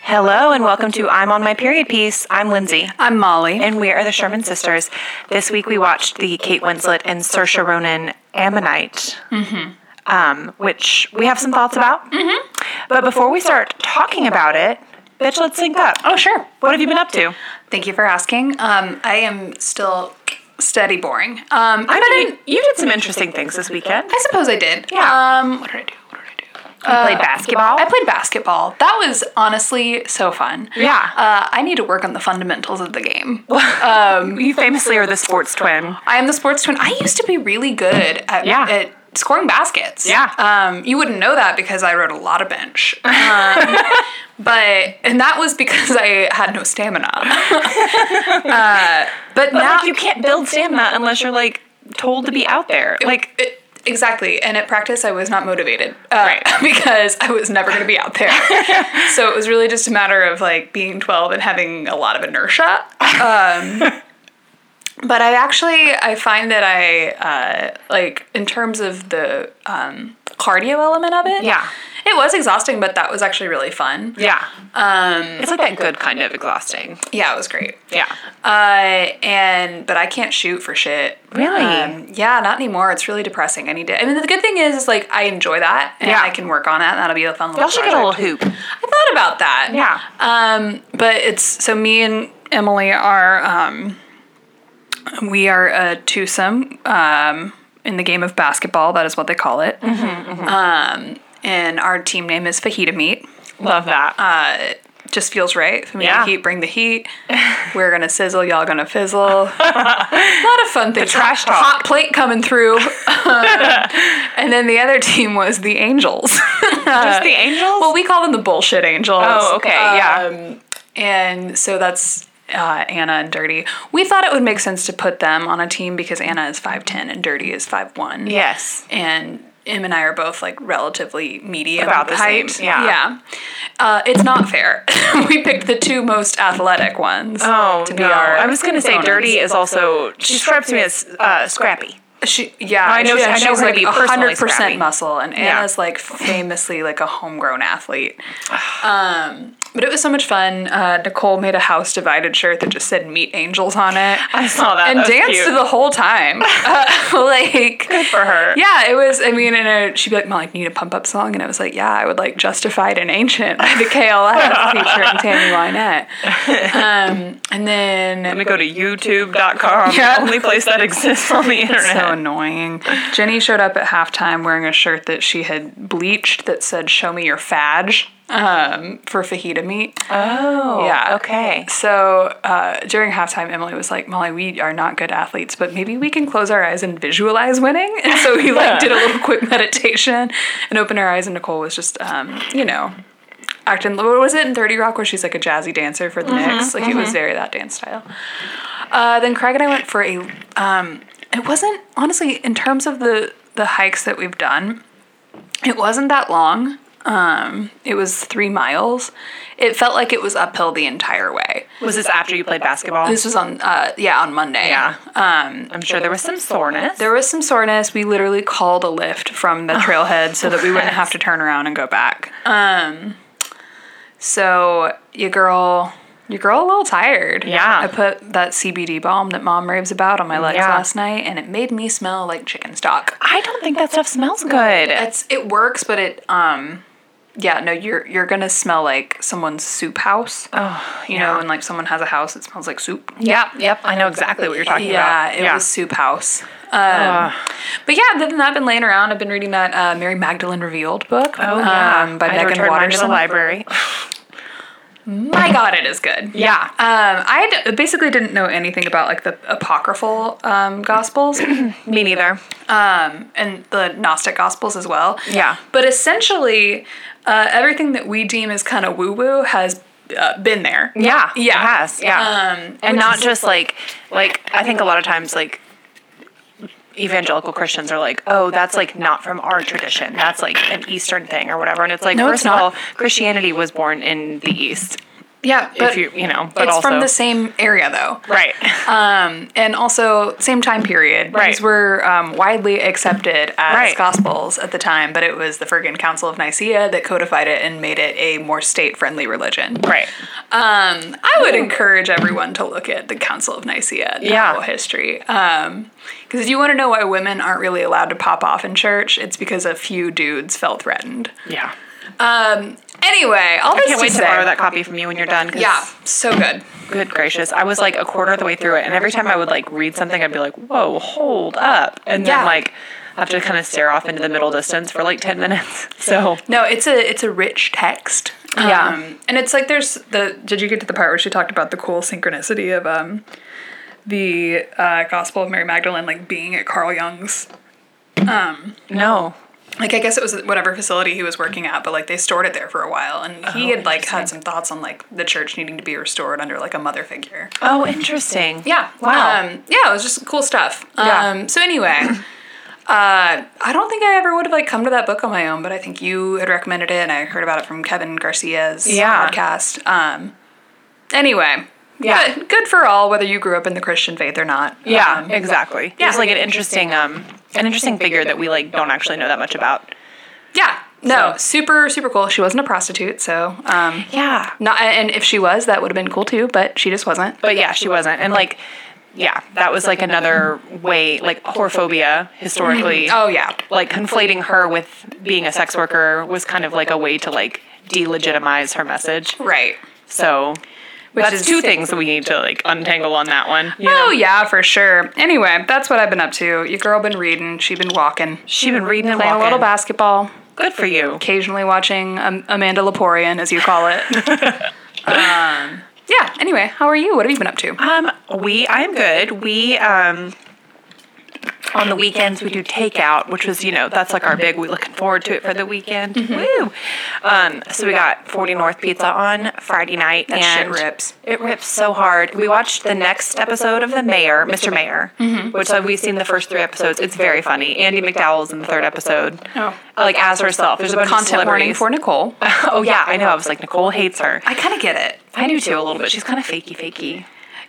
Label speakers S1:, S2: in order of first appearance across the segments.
S1: Hello and welcome to I'm on my period piece. I'm Lindsay.
S2: I'm Molly.
S1: And we are the Sherman sisters. This week we watched the Kate Winslet and Saoirse Ronan Ammonite,
S2: Mm-hmm.
S1: um, which we have some thoughts about. But before we start talking about it, bitch, let's sync up.
S2: oh, sure.
S1: What have you been up
S2: Um,
S1: to?
S2: Thank you for asking. Um, I am still steady boring. Um,
S1: I mean, you did some interesting things this weekend.
S2: I suppose I did.
S1: Yeah.
S2: Um, what did I do? What did I do?
S1: You played basketball.
S2: I played basketball. That was honestly so fun.
S1: Yeah.
S2: Uh, I need to work on the fundamentals of the game.
S1: you famously are the sports twin.
S2: I am the sports twin. I used to be really good at,
S1: Yeah.
S2: at scoring baskets.
S1: Yeah.
S2: Um, you wouldn't know that because I rode a lot of bench. Um, but, and that was because I had no stamina. uh, but now,
S1: Like you can't build stamina unless you're like told to be out there. Like
S2: it, exactly. And at practice, I was not motivated uh,
S1: Right.
S2: because I was never going to be out there. so it was really just a matter of like being 12 and having a lot of inertia. Um, but I actually I find that I uh, like in terms of the um, cardio element of it.
S1: Yeah.
S2: It was exhausting, but that was Um, actually really fun.
S1: yeah, it's like that good kind of exhausting.
S2: Yeah, it was great.
S1: Yeah.
S2: Uh, and but I can't shoot for shit. Um,
S1: Really?
S2: yeah, not anymore. It's really depressing. I need to. I mean, the good thing is, is like I enjoy that, and
S1: Yeah.
S2: I can work on that. And that'll be a fun little.
S1: Y'all should get a little
S2: project.
S1: hoop.
S2: I thought about that.
S1: Yeah.
S2: Um, but it's so me and Emily are um, we are a twosome um in the game of basketball. That is what they call it.
S1: Mm-hmm,
S2: Um, and our team name is Fajita Meat
S1: Love that.
S2: just feels right. For me,
S1: Yeah.
S2: the heat, bring the heat. We're gonna sizzle, y'all gonna fizzle. a lot of fun things.
S1: trash talk.
S2: Hot plate coming through. Um, and then the other team was the Angels.
S1: Just the angels?
S2: well, we call them the bullshit Angels.
S1: Oh, okay, yeah.
S2: Um, and so that's uh, Anna and Dirty. We thought it would make sense to put them on a team because Anna is five ten and Dirty is five one
S1: yes.
S2: and him and I are both like relatively medium
S1: About the same,
S2: height.
S1: yeah.
S2: yeah. Uh, it's not fair. we picked the two most athletic ones.
S1: Oh,
S2: to be
S1: no.
S2: our
S1: I was going to say
S2: opponents.
S1: dirty is also, she describes me as uh, scrappy.
S2: She, yeah,
S1: I know-
S2: she-
S1: I know
S2: she's
S1: her to
S2: like
S1: be personally
S2: hundred
S1: scrappy.
S2: percent muscle, and
S1: Yeah.
S2: Anna's like famously like a homegrown athlete. Um, but it was so much fun. Uh, Nicole made a house divided shirt that just said "Meet Angels" on it.
S1: I saw that.
S2: and
S1: That was
S2: danced
S1: cute.
S2: to the whole time. Uh, like
S1: for her.
S2: Yeah, it was. I mean, and uh she'd be like, "Mom, like, need a pump up song," and I was like, "Yeah, I would like Justified and Ancient by the KLS featuring Tammy Wynette." Um, and
S1: I'm
S2: then
S1: going to go to youtube.com,
S2: Yeah.
S1: the only place that exists on the internet.
S2: so annoying. Jenny showed up at halftime wearing a shirt that she had bleached that said "Show me your fadge" um, for fajita meat.
S1: oh,
S2: Yeah.
S1: Okay.
S2: So uh, during halftime, Emily was like, "Molly, we are not good athletes, but maybe we can close our eyes and visualize winning." And so we like did a little quick meditation and opened our eyes, and Nicole was just, um, you know, acting. What was it in Thirty Rock where she's like a jazzy dancer for the Knicks? Like it was very that dance style. Uh, then Craig and I went for a. Um, it wasn't honestly in terms of the the hikes that we've done. It wasn't that long. Um, it was three miles. It felt like it was uphill the entire way.
S1: Was this after you played basketball?
S2: This was on, uh, yeah, on Monday.
S1: yeah. Um, I'm sure there was some soreness.
S2: There was some soreness. We literally called a lift from the
S1: Oh,
S2: trailhead so that we wouldn't have to turn around and go back. Um, so your girl, your girl, a little tired.
S1: Yeah.
S2: I put that CBD balm that mom raves about on my legs
S1: Yeah.
S2: last night, and it made me smell like chicken stock.
S1: I don't think that stuff smells good.
S2: It's it works, but it um, yeah, no, you're you're gonna smell like someone's soup house.
S1: Oh,
S2: you know, when like someone has a house that smells like soup.
S1: Yep, yep. I know exactly what you're talking
S2: Yeah,
S1: about.
S2: it was Soup House. Um,
S1: Ah.
S2: but yeah, other than that, I've been laying around. I've been reading that uh, Mary Magdalene Revealed book
S1: Oh, yeah.
S2: um, by
S1: I
S2: Megan
S1: returned mine to the
S2: Watterson.
S1: library.
S2: My God, it is good.
S1: Yeah.
S2: Um, I d- basically didn't know anything about like the apocryphal um, gospels
S1: Me neither.
S2: um, and the Gnostic gospels as well.
S1: Yeah.
S2: But essentially, uh, everything that we deem as kind of woo woo has uh, been there.
S1: Yeah.
S2: Yeah.
S1: It has. Yeah.
S2: Um,
S1: and
S2: which
S1: not
S2: is-
S1: just like like I think a lot of times like evangelical Christians are like, oh, that's like not from our tradition. That's like an Eastern thing or whatever. And it's like,
S2: No,
S1: first
S2: it's
S1: of
S2: not.
S1: all, Christianity was born in the East.
S2: Yeah,
S1: if you you know, but
S2: it's
S1: also
S2: from the same area though.
S1: right.
S2: Um, and also same time period.
S1: Right.
S2: These were um, widely accepted as
S1: Right.
S2: gospels at the time, but it was the Fergan Council of Nicaea that codified it and made it a more state-friendly religion.
S1: right.
S2: Um, I would encourage everyone to look at the Council of Nicaea, the
S1: Yeah.
S2: whole history. Because if you want to know why women aren't really allowed to pop off in church, it's because a few dudes felt threatened.
S1: Yeah.
S2: Um, anyway, all this
S1: Can't wait to
S2: say,
S1: borrow that copy from you when you're done. 'cause
S2: Yeah, so good.
S1: Good gracious. I was like a quarter of the way through it, and every time I would like read something, I'd be like, whoa, hold up. And then
S2: Yeah.
S1: like I have to kind of stare off into the middle distance for like 10 minutes. So,
S2: No, it's a it's a rich text.
S1: Yeah.
S2: Um, and it's like there's the. Did you get to the part where she talked about the cool synchronicity of um, the uh, Gospel of Mary Magdalene like being at Carl Jung's
S1: no.
S2: like I guess it was whatever facility he was working at, but like they stored it there for a while, and he had like had some thoughts on like the church needing to be restored under like a mother figure.
S1: Oh, interesting.
S2: Yeah.
S1: Wow.
S2: Um, yeah, it was just cool stuff.
S1: Yeah.
S2: Um, so anyway, uh, I don't think I ever would have like come to that book on my own, but I think you had recommended it, and I heard about it from Kevin Garcia's
S1: Yeah.
S2: podcast. Um, anyway.
S1: Yeah.
S2: Good, good for all, whether you grew up in the Christian faith or not.
S1: Yeah,
S2: Um,
S1: exactly.
S2: yeah.
S1: It's like an interesting um an interesting figure that we like don't actually know that much about.
S2: yeah. No,
S1: So-
S2: super, super cool. She wasn't a prostitute, so um,
S1: Yeah.
S2: Not, and if she was, that would have been cool too, but she just wasn't.
S1: But yeah, she wasn't. And like yeah, that was like another way like whorephobia historically.
S2: oh yeah,
S1: Like conflating her with being a sex worker was kind of like a way to like delegitimize her message.
S2: right.
S1: So that's
S2: is-
S1: two things that we need to like untangle on that one. You
S2: Oh
S1: know?
S2: yeah, for sure. Anyway, that's what I've been up to. Your girl been reading. She been walking,
S1: She been reading and
S2: playing
S1: walking.
S2: a little basketball,
S1: Good for you.
S2: occasionally watching um, Amanda Leporian, as you call it. um, yeah. Anyway, how are you? What have you been up to?
S1: Um, we I'm good. We um on the weekends we do takeout, which was you know that's like our big. We looking forward to it for the weekend.
S2: Mm-hmm.
S1: Woo! Um, so we got Forty North Pizza on Friday night.
S2: That shit
S1: and
S2: rips.
S1: It rips so hard. We watched the next episode of The Mayor, Mr. Mayor,
S2: Mm-hmm.
S1: which uh, we've seen the first three episodes. It's very funny. Andy McDowell's in the third episode,
S2: Oh.
S1: like as herself. There's a bunch of
S2: Content warning
S1: celebrities.
S2: for Nicole.
S1: oh yeah, I know. I was like Nicole hates her.
S2: I kind of get it.
S1: I do too a little bit. She's kind of fakey, fakey.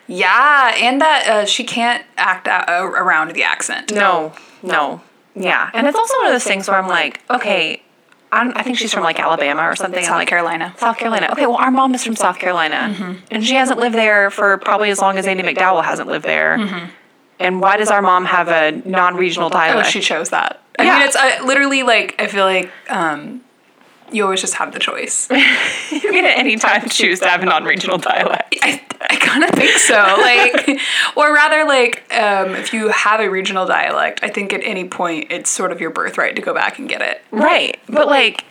S2: Yeah, and that uh, she can't act out, uh, around the accent.
S1: No, no. Yeah. And it's also one of those things where I'm like, okay, I'm, I think she's from like Alabama or something. I'm
S2: South
S1: like,
S2: Carolina.
S1: South Carolina. Okay, well, our mom is from South Carolina. And she hasn't lived there for probably as long as Andy McDowell hasn't lived there. And why does our mom have a non regional
S2: Oh,
S1: dialect?
S2: she chose that. I
S1: Yeah.
S2: mean, it's uh, literally like I feel like um, you always just have the choice.
S1: you can at any time choose to have a non regional dialect.
S2: I, I kind of think so. Like, or rather, like um, if you have a regional dialect, I think at any point it's sort of your birthright to go back and get it.
S1: Right. But like,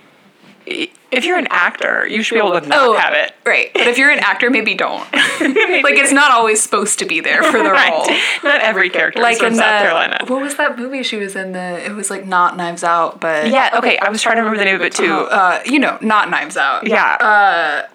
S1: i- if you're an actor, you should be able to not have it.
S2: right. But if you're an actor, maybe don't. like, it's not always supposed to be there for the
S1: Right.
S2: role.
S1: Not every character
S2: Like
S1: is from
S2: in
S1: South
S2: the,
S1: Carolina.
S2: what was that movie she was in? The it was like not Knives Out, but
S1: Yeah, okay, I was trying to remember the name of it too.
S2: uh, you know, not Knives Out.
S1: Uh-huh. yeah.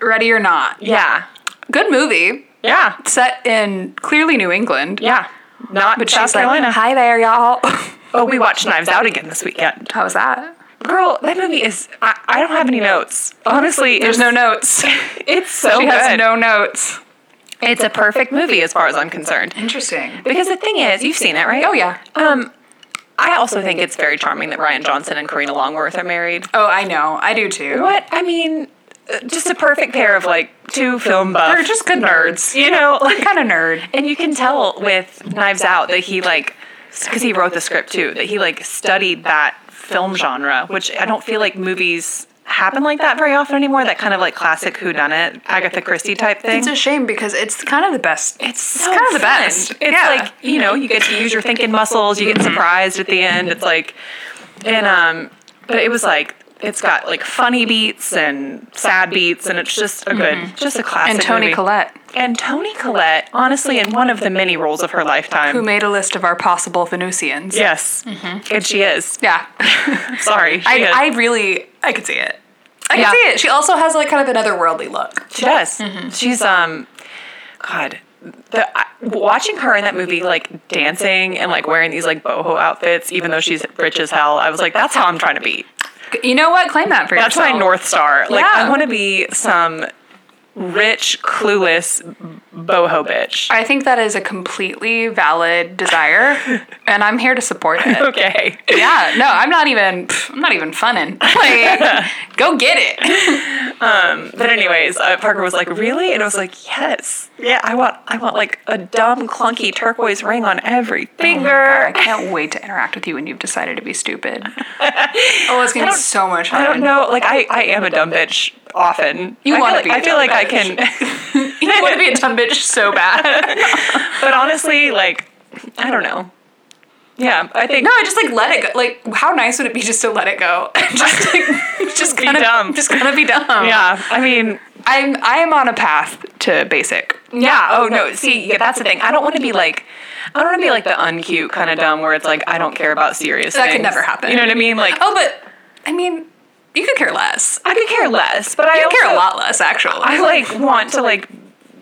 S2: Ready or Not.
S1: yeah.
S2: Good movie.
S1: Yeah.
S2: set in clearly New England.
S1: Yeah. Not
S2: But
S1: South
S2: she's
S1: Carolina.
S2: like, hi there, y'all.
S1: oh, we watched Knives Out again this weekend.
S2: How's that?
S1: Girl, that movie is. I, I don't have any notes. Honestly,
S2: There's
S1: it's,
S2: no notes. she
S1: It's so good.
S2: has no notes.
S1: it's a perfect movie as far as I'm concerned.
S2: Interesting.
S1: Because the thing is, you've seen it, right?
S2: Oh, yeah.
S1: Um, I also think it's very charming that Ryan Johnson and Karina Longworth are married.
S2: Oh, I know. I do too.
S1: What I mean, uh, just a perfect pair of like two film buffs.
S2: They're just good nerds.
S1: You know, like
S2: Kind of nerd.
S1: And you can tell with Knives Out that he like, because he wrote the script too, that he like studied that film genre, which I don't feel like movies happen like that very often anymore. That kind of like classic whodunit, Agatha Christie type thing.
S2: It's a shame because it's kind of the best.
S1: It's so
S2: kind of the
S1: fun.
S2: best.
S1: It's
S2: Yeah.
S1: like you know, you get to use your thinking muscles. You get surprised at the end. It's like, and um, but it was like. It's got like funny beats and sad beats, and it's just a good, just a classic.
S2: and Tony
S1: movie.
S2: Collette,
S1: And Tony Collette, honestly, in one of the many roles of her lifetime,
S2: who made a list of our possible Venusians.
S1: Yes. And she is.
S2: Yeah.
S1: Sorry. She, is.
S2: I, I really, I could see it. I could
S1: Yeah.
S2: see it. She also has like kind of an otherworldly look.
S1: she does. She's, um, God. The, I, watching her in that movie, like dancing and like wearing these like boho outfits, even though she's rich as hell, I was like, that's how I'm trying to be.
S2: You know what? Claim that for
S1: That's
S2: yourself.
S1: my North Star. Like,
S2: Yeah.
S1: I want to be some rich, clueless boho bitch.
S2: I think that is a completely valid desire, and I'm here to support it.
S1: Okay.
S2: Yeah, no, I'm not even. pff, I'm not even funning. Like, go get it.
S1: But anyways, uh, Parker was like, "Really?" And I was like, "Yes, yeah. I want, I want like a dumb, clunky turquoise ring on every
S2: I
S1: finger."
S2: can't wait to interact with you when you've decided to be stupid. Oh, it's gonna be
S1: don't-
S2: so much fun.
S1: I don't know. Like, I, I am a dumb bitch often.
S2: You
S1: I
S2: wanna
S1: feel
S2: be a
S1: like- I feel
S2: dumb
S1: like I
S2: bitch.
S1: can,
S2: You want to be a dumb bitch so bad.
S1: but honestly, like, I don't know. Yeah, I think
S2: No, I just like let it go. Like, how nice would it be just to let it go? just like, just
S1: Be
S2: kinda,
S1: dumb.
S2: Just kind of be dumb.
S1: Yeah, I mean,
S2: I'm I am on a path to basic.
S1: yeah. Oh no, see, yeah, that's the thing. I don't want to be like, I don't want to be like the uncute kind of dumb where it's like I don't care about serious.
S2: That could
S1: things.
S2: never happen.
S1: You know what I mean? Like,
S2: Oh, but I mean, you could care less.
S1: I could care less, but I
S2: You care
S1: also-
S2: a lot less, actually.
S1: I like want to like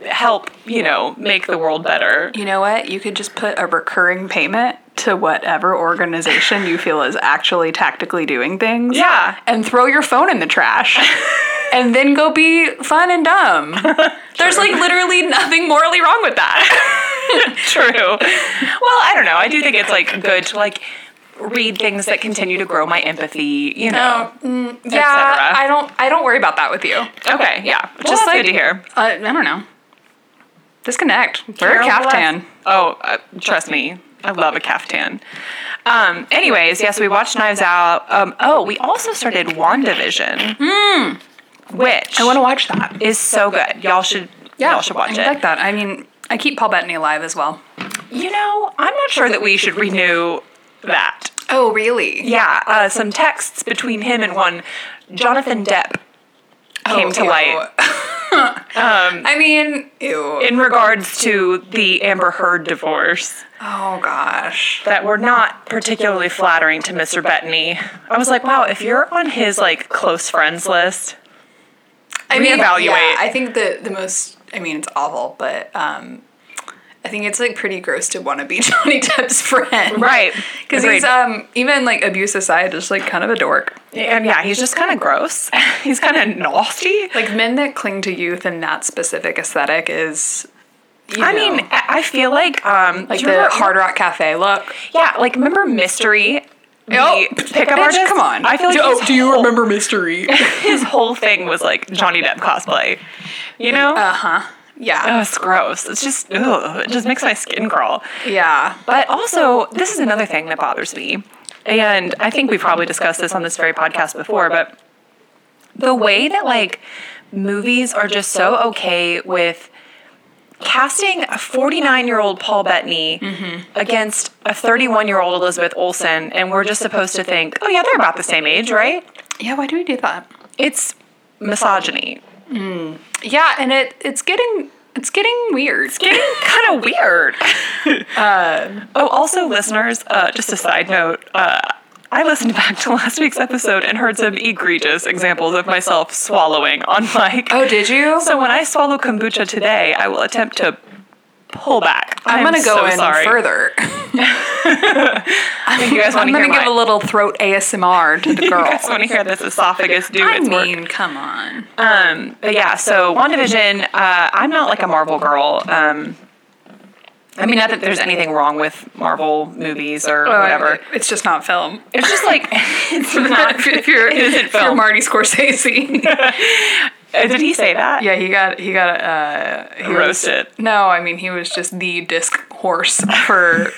S1: help, you know, make the world better.
S2: you know what? You could just put a recurring payment to whatever organization you feel is actually tactically doing things.
S1: Yeah.
S2: And throw your phone in the trash. and then go be fun and dumb. There's like literally nothing morally wrong with that.
S1: True. Well, I don't know. I do think it's like good to like read things that continue to grow my empathy, you know.
S2: yeah,
S1: cetera.
S2: I don't I don't worry about that with you.
S1: Okay, yeah.
S2: that's
S1: Just like
S2: good.
S1: to hear.
S2: I, I don't know. Disconnect. Wear a
S1: Carol
S2: caftan.
S1: Bless. Oh, uh, trust me. I love a caftan. Um, anyways, yes, we watched Knives Out. Um, oh, we also started WandaVision. Mm. Which I
S2: wanna watch that.
S1: is so good. Y'all should y'all should watch
S2: I
S1: it.
S2: like that. I mean, I keep Paul Bettany alive as well.
S1: You know, I'm not sure that we should renew that.
S2: Oh, really?
S1: Yeah, uh, some texts between him and one Jonathan Depp came to
S2: ew.
S1: light
S2: I mean, ew.
S1: in regards to the Amber Heard divorce
S2: oh gosh.
S1: that were not particularly flattering to Mr. Bettany. I was like, wow, if you're on his like close friends list,
S2: I
S1: Reevaluate.
S2: Yeah, I think the the most. I mean, it's awful, but um, I think it's like pretty gross to want to be Johnny Depp's friend,
S1: right?
S2: Because he's um even like abuse aside, just like kind of a dork.
S1: and yeah, he's just kind of gross. he's kind of nasty.
S2: Like men that cling to youth and that specific aesthetic is. you
S1: I
S2: know,
S1: mean, I I feel like um,
S2: like
S1: do you remember-
S2: the Hard Rock Cafe look.
S1: Yeah, like remember Mystery? The
S2: Oh,
S1: pickup
S2: bitch,
S1: artist?
S2: Come on. oh,
S1: I feel like his, whole,
S2: Mystery?
S1: his whole thing was like Johnny Depp cosplay. You know?
S2: uh huh.
S1: oh,
S2: Yeah.
S1: it's gross. It's just, ugh, it just makes my skin crawl.
S2: yeah.
S1: But also, this is another thing that bothers me. And I think we probably discussed this on this very podcast before, but the way that like movies are just so okay with casting a 49 year old Paul Bettany against a 31 year old Elizabeth Olsen, and we're just supposed to think, oh, yeah, they're about the same age, right?
S2: Yeah. Why do we do that?
S1: It's misogyny.
S2: Yeah, and it it's getting it's getting weird.
S1: getting kind of weird. oh, also, listeners, uh, just a side note. Uh, I listened back to last week's episode and heard some egregious examples of myself swallowing on mic.
S2: Oh, did you?
S1: So when I swallow kombucha today, I will attempt to pull back.
S2: I'm gonna go
S1: so
S2: in
S1: sorry.
S2: further.
S1: I think you guys want
S2: I'm
S1: to hear
S2: gonna give a
S1: mine.
S2: little throat ASMR to the
S1: You
S2: girl.
S1: guys want to hear this esophagus do
S2: I
S1: its work.
S2: mean, come on.
S1: Um, but yeah, so WandaVision, uh, I'm not like a Marvel girl. Um, I mean, not that there's anything wrong with Marvel movies or
S2: Oh,
S1: whatever.
S2: It's just not film.
S1: It's just like it's not.
S2: if, you're,
S1: it isn't
S2: if you're
S1: film.
S2: Marty Scorsese.
S1: Uh, Did he say that?
S2: yeah, he got he got uh he was-
S1: Roasted.
S2: no, I mean he was just the disc horse for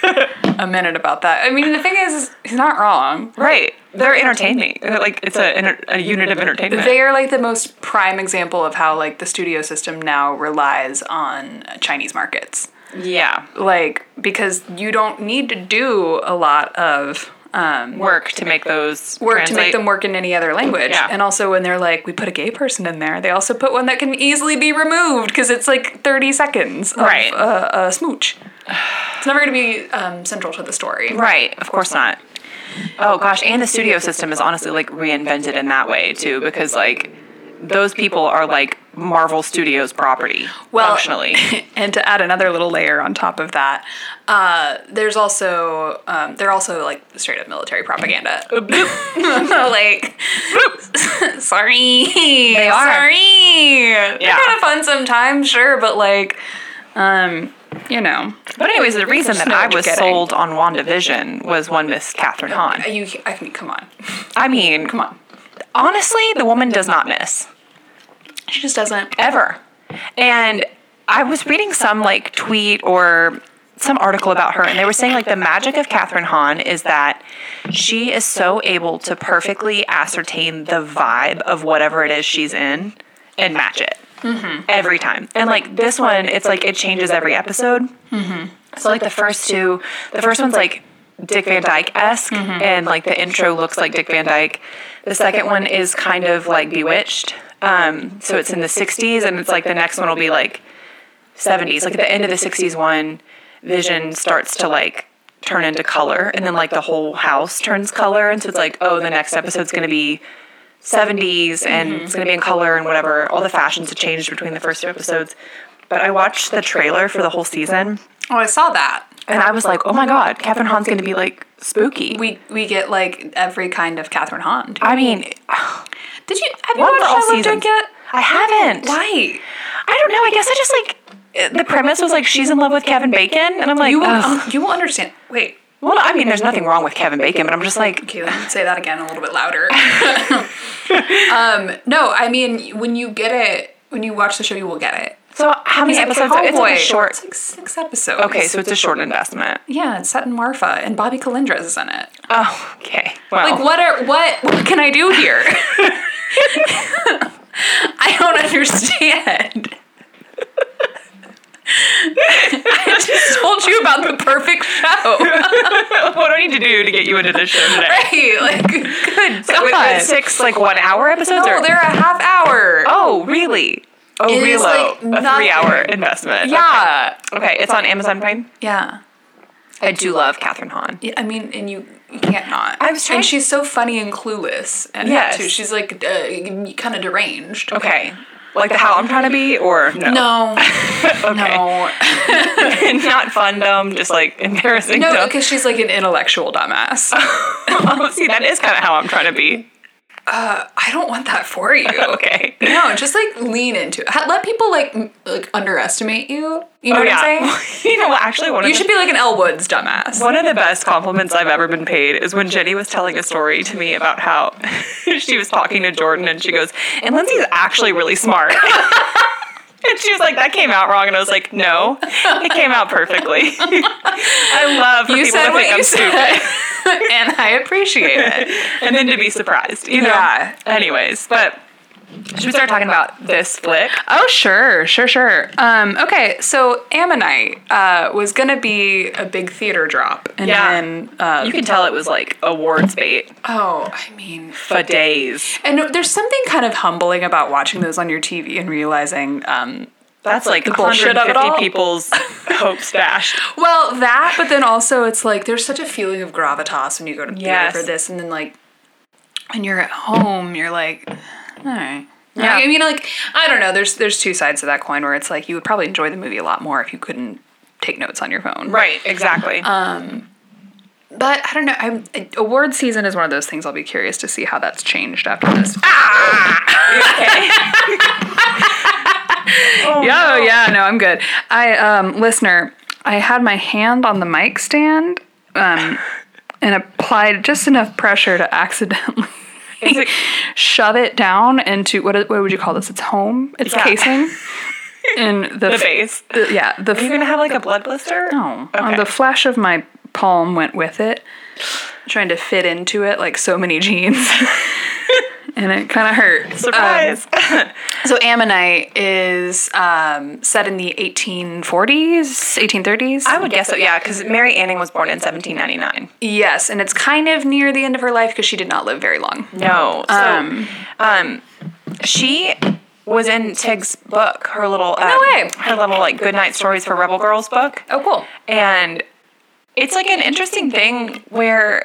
S2: a minute about that. I mean the thing is he's not wrong.
S1: Right. They're entertaining. They're Like it's a, inter- a unit of entertainment.
S2: They are like the most prime example of how like the studio system now relies on Chinese markets.
S1: yeah.
S2: Like because you don't need to do a lot of um,
S1: Work to make those
S2: work to
S1: translate-
S2: make them work in any other language.
S1: Yeah.
S2: And also when they're like, we put a gay person in there, they also put one that can easily be removed because it's like 30 seconds of
S1: Right.
S2: uh, a smooch. It's never going to be um, central to the story.
S1: Right. Of course not. Oh gosh, and the studio system is honestly like reinvented in that way too, because like those people are like Marvel Studios property
S2: Well,
S1: functionally.
S2: and to add another little layer on top of that, uh, there's also um, they're also like straight up military propaganda. like, sorry, they
S1: are.
S2: Sorry, they're
S1: Yeah.
S2: kind of fun sometimes, sure, but like, um, you know,
S1: But anyways, the reason that
S2: know
S1: I
S2: what you're
S1: was
S2: getting.
S1: sold on WandaVision was one Miss Catherine Hahn.
S2: Uh, you, I mean, come on,
S1: I mean,
S2: come on,
S1: honestly, the woman does not miss
S2: she just doesn't.
S1: ever. And I was reading some like tweet or some article about her, and they were saying like the magic of Catherine Hahn is that she is so able to perfectly ascertain the vibe of whatever it is she's in and match it every time. And like this one, it's like it changes every episode. So like the first two, the first one's like Dick Van Dyke esque, and like the intro looks like Dick Van Dyke. The second one is kind of like Bewitched. Um, so it's in the '60s, and it's like the next one will be like '70s. Like at the end of the '60s one, Vision starts to like turn into color, and then like the whole house turns color, and so it's like, oh, the next episode's gonna be. 70s and it's going to be in color and whatever all the fashions have changed between the first two episodes but i watched the trailer for the whole season
S2: Oh, I saw that.
S1: and I was like, oh my god, Catherine Hahn's gonna be like spooky.
S2: We we get like every kind of Catherine Hahn.
S1: I mean,
S2: Did you have you
S1: one
S2: watched
S1: for all
S2: Hello
S1: seasons.
S2: Drink It?
S1: I haven't.
S2: Why?
S1: I don't know. I guess I just like the premise was like she's in love with Kevin Bacon, and I'm like,
S2: You will
S1: ugh.
S2: um, you will understand. Wait,
S1: well, no, I mean, there's nothing wrong with Kevin Bacon, but I'm just like,
S2: Okay, let me say that again a little bit louder. um, no, I mean when you get it, when you watch the show, you will get it.
S1: so how many episodes?
S2: Cowboy.
S1: It's like a short.
S2: It's like six episodes.
S1: Okay, so it's a short investment.
S2: yeah, it's set in Marfa, and Bobby Kalindras is in it.
S1: Oh, okay. Well,
S2: Like, what are what what can I do here? I don't understand. I just told you about the perfect show.
S1: what do I need to do to get you into this show today?
S2: Right? Like, good
S1: Wait,
S2: God.
S1: wait, six like one hour episodes?
S2: No,
S1: or-
S2: they're a half hour.
S1: Oh, really? Oh,
S2: It
S1: real
S2: is,
S1: low.
S2: like,
S1: a
S2: nothing.
S1: three-hour investment.
S2: Yeah.
S1: Okay. okay, it's on Amazon Prime.
S2: Yeah.
S1: I do love Catherine Hahn.
S2: Yeah, I mean, and you, you can't not.
S1: I was trying-
S2: And she's so funny and clueless, and
S1: Yes. Oh,
S2: yes. too. She's like uh, kind of deranged.
S1: Okay. Like the how I'm trying to be, or no,
S2: No, no,
S1: not fun dumb, just like embarrassing
S2: no,
S1: dumb.
S2: because she's like an intellectual dumbass.
S1: Oh, see, that is kind of how I'm trying to be.
S2: I don't want that for you.
S1: Okay.
S2: No, just like lean into it. Ha- Let people like m- like underestimate you. You
S1: Oh,
S2: know what I'm saying?
S1: you know, what, actually, one of
S2: You
S1: the,
S2: should be like an Elwood's dumbass.
S1: one of the best compliments I've ever been paid is when Jenny was telling a story to me about how she was talking to Jordan, and she goes, "And Lindsay's actually really smart." And she was like, that came out wrong. And I was like, no, it came out perfectly. I love for
S2: You
S1: people
S2: said
S1: to
S2: what
S1: think
S2: you
S1: I'm stupid.
S2: said, and I appreciate it.
S1: and then to be surprised, you know.
S2: Yeah.
S1: Anyways, but should we start talking about this flick?
S2: Oh, sure, sure, sure. Um, okay, so Ammonite uh, was gonna be a big theater drop, and
S1: Yeah.
S2: then uh,
S1: You can tell it was like awards bait
S2: oh, I mean,
S1: for days.
S2: and there's something kind of humbling about watching those on your TV and realizing, um,
S1: That's like the
S2: bullshit of it
S1: 150
S2: all.
S1: people's hopes dashed.
S2: well, that. But then also, it's like there's such a feeling of gravitas when you go to theater
S1: Yes.
S2: for this, and then like when you're at home, you're like, all right.
S1: Yeah.
S2: I mean, like I don't know. There's there's two sides to that coin where it's like you would probably enjoy the movie a lot more if you couldn't take notes on your phone.
S1: Right, exactly.
S2: But I don't know. I'm, award season is one of those things. I'll be curious to see how that's changed after this.
S1: oh,
S2: Yeah, oh, yeah, no, I'm good. I um, listener, I had my hand on the mic stand, um, and applied just enough pressure to accidentally
S1: It's-
S2: shove it down into what? What would you call this? It's home. It's
S1: Yeah.
S2: casing. In the,
S1: the face.
S2: the- yeah, the
S1: You're gonna have like a blood blister?
S2: No.
S1: Okay.
S2: Uh, the flash of my palm went with it, trying to fit into it like so many jeans. and it kind of hurt.
S1: Surprise.
S2: Um, so Ammonite is um, set in the 1840s, 1830s.
S1: I would guess so, yeah, because Mary Anning was born in 1799.
S2: yes, and it's kind of near the end of her life because she did not live very long.
S1: No. So, um, she was in Tig's book, her little um,
S2: way.
S1: her little like good night stories for rebel girls book,
S2: Oh, cool.
S1: and it's like an interesting thing where.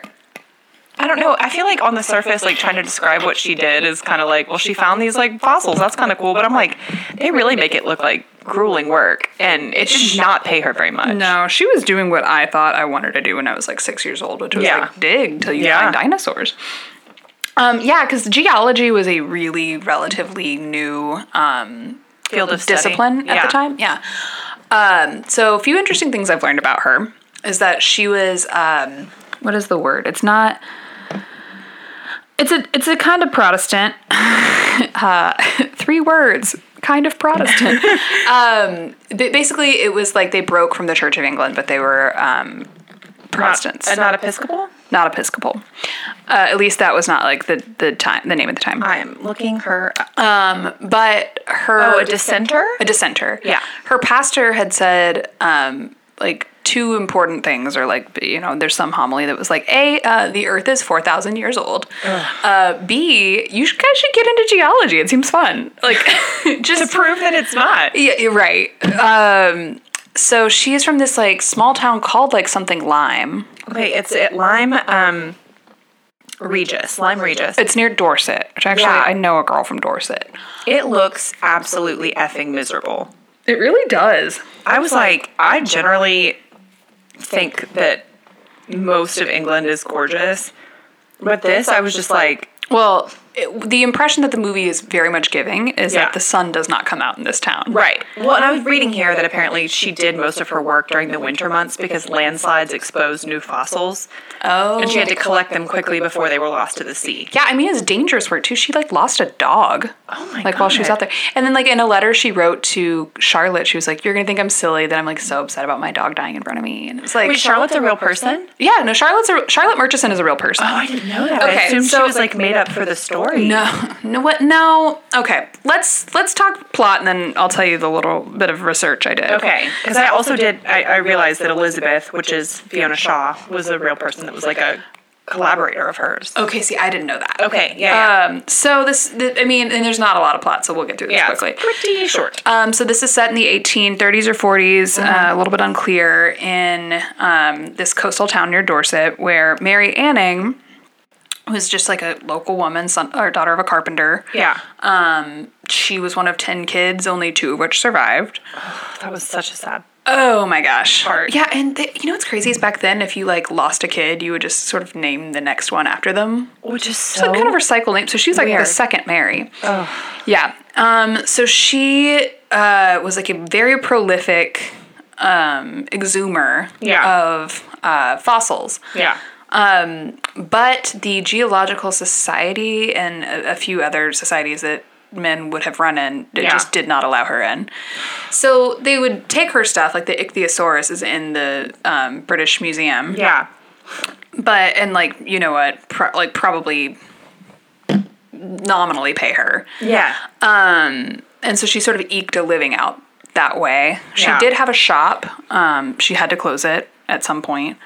S1: I don't know. I feel like on the surface, like trying to describe what she did is kind of like, well, she found these like fossils. That's kind of cool. But I'm like, they really make it look like grueling work, and it did not pay her very much.
S2: No, she was doing what I thought I wanted to do when I was like six years old, which was
S1: Yeah.
S2: like dig till you
S1: Yeah.
S2: find dinosaurs. Um, yeah, because geology was a really relatively new um,
S1: Field of study.
S2: discipline at
S1: Yeah.
S2: the time. Yeah. Um, so a few interesting things I've learned about her is that she was um, what is the word? It's not. It's a it's a kind of Protestant. uh, three words. Kind of Protestant. um, but basically, it was like they broke from the Church of England, but they were um, Protestants,
S1: And not Episcopal?
S2: not Episcopal. Uh, at least that was not like the the time the name at the time.
S1: I'm looking her up.
S2: But her
S1: Oh, a dissenter?
S2: a dissenter.
S1: Yeah.
S2: Her pastor had said, um, like, two important things, or like, you know, there's some homily that was like, A, uh, the earth is 4,000 years old. Uh, B, you sh- guys should get into geology. It seems fun. Like, just
S1: To prove that it's not.
S2: yeah, you're right. Um, so she's from this like small town called like something Lyme.
S1: Okay, it's at Lyme um, Regis. Lyme Regis.
S2: It's near Dorset, which actually
S1: Yeah.
S2: I know a girl from Dorset.
S1: It looks absolutely effing miserable.
S2: It really does.
S1: I was like, I generally think that most of England is gorgeous. But this, I was just like,
S2: Well, it, the impression that the movie is very much giving is
S1: Yeah.
S2: that the sun does not come out in this town.
S1: right. Well, and I was reading here that apparently she did most of her work during the winter months because landslides exposed new fossils
S2: Oh.
S1: and she had to collect them quickly before they were lost to the sea.
S2: yeah, I mean, it's dangerous work too. She like lost a dog.
S1: Oh my
S2: Like while she was
S1: God.
S2: out there. And then like in a letter she wrote to Charlotte, she was like, You're gonna think I'm silly that I'm like so upset about my dog dying in front of me. And it's like
S1: Wait, Charlotte's a real person?
S2: Yeah, no, Charlotte's a, Charlotte Murchison is a real person.
S1: Oh, I didn't know that. I
S2: Okay,
S1: assumed she
S2: so-
S1: was like made up for the story.
S2: No, no, what? No. Okay, let's let's talk plot, and then I'll tell you the little bit of research I did.
S1: Okay, because I also did. I, I realized that Elizabeth, which is Fiona Shaw, was a real person that was like a collaborator of hers.
S2: Okay. See, I didn't know that.
S1: Okay, yeah,
S2: Um. So this, th- I mean, and there's not a lot of plot, so we'll get through this
S1: yeah, yeah.
S2: quickly.
S1: It's pretty short.
S2: Um, so this is set in the 1830s or 40s, uh, a little bit unclear, in um, this coastal town near Dorset, where Mary Anning was just like a local woman, son or daughter of a carpenter.
S1: yeah,
S2: She was one of ten kids, only two of which survived.
S1: that was such a sad.
S2: Oh my gosh!
S1: Part.
S2: Yeah, and they, you know what's crazy is back then, if you like lost a kid, you would just sort of name the next one after them.
S1: Which is so
S2: So kind of recycle name. So she's like the
S1: Weird.
S2: second Mary. Yeah. Um, so she uh, was like a very prolific um, exhumer
S1: Yeah.
S2: of uh, fossils.
S1: yeah.
S2: But the Geological Society and a, a few other societies that men would have run in it
S1: Yeah.
S2: just did not allow her in. So they would take her stuff, like the ichthyosaurus is in the um, British Museum.
S1: Yeah.
S2: But and like you know what, pro- like probably nominally pay her.
S1: Yeah.
S2: and so she sort of eked a living out that way. She
S1: Yeah.
S2: did have a shop. Um, she had to close it at some point.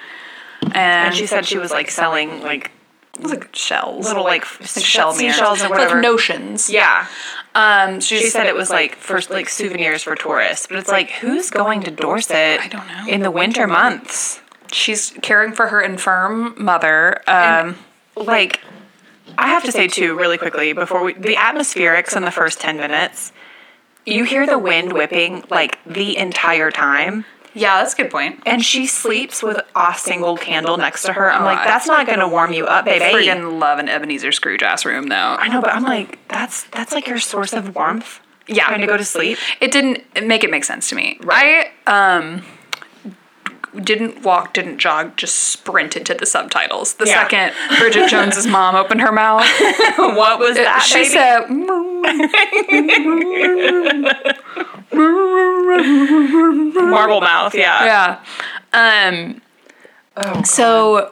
S2: And,
S1: and she said she was like selling like
S2: it was like shells,
S1: little like,
S2: like shell mirrors,
S1: seashells and whatever.
S2: like notions.
S1: yeah.
S2: Um, she,
S1: She
S2: just
S1: said it was like for like souvenirs for tourists, but it's like who's going to Dorset? I
S2: don't know.
S1: In the winter months,
S2: she's caring for her infirm mother. Um,
S1: like I have to say too, really quickly before we the atmospherics in the first ten minutes, you hear the wind whipping like the entire time,
S2: yeah, that's a good point.
S1: and she sleeps with a single candle next to her. I'm
S2: I-
S1: like, that's not going to warm you up, baby.
S2: Friggin' love an Ebenezer Scrooge ass room though.
S1: I know, but I'm like, that's that's like your source of warmth.
S2: Yeah.
S1: trying to go to sleep.
S2: It didn't make it make sense to me. I um didn't walk, didn't jog, just sprinted to the subtitles. The
S1: Yeah.
S2: second Bridget Jones's mom opened her mouth,
S1: what was that?
S2: she
S1: baby?
S2: said, "Mm."
S1: marble mouth. Yeah.
S2: "Yeah." Um.
S1: Oh,
S2: so,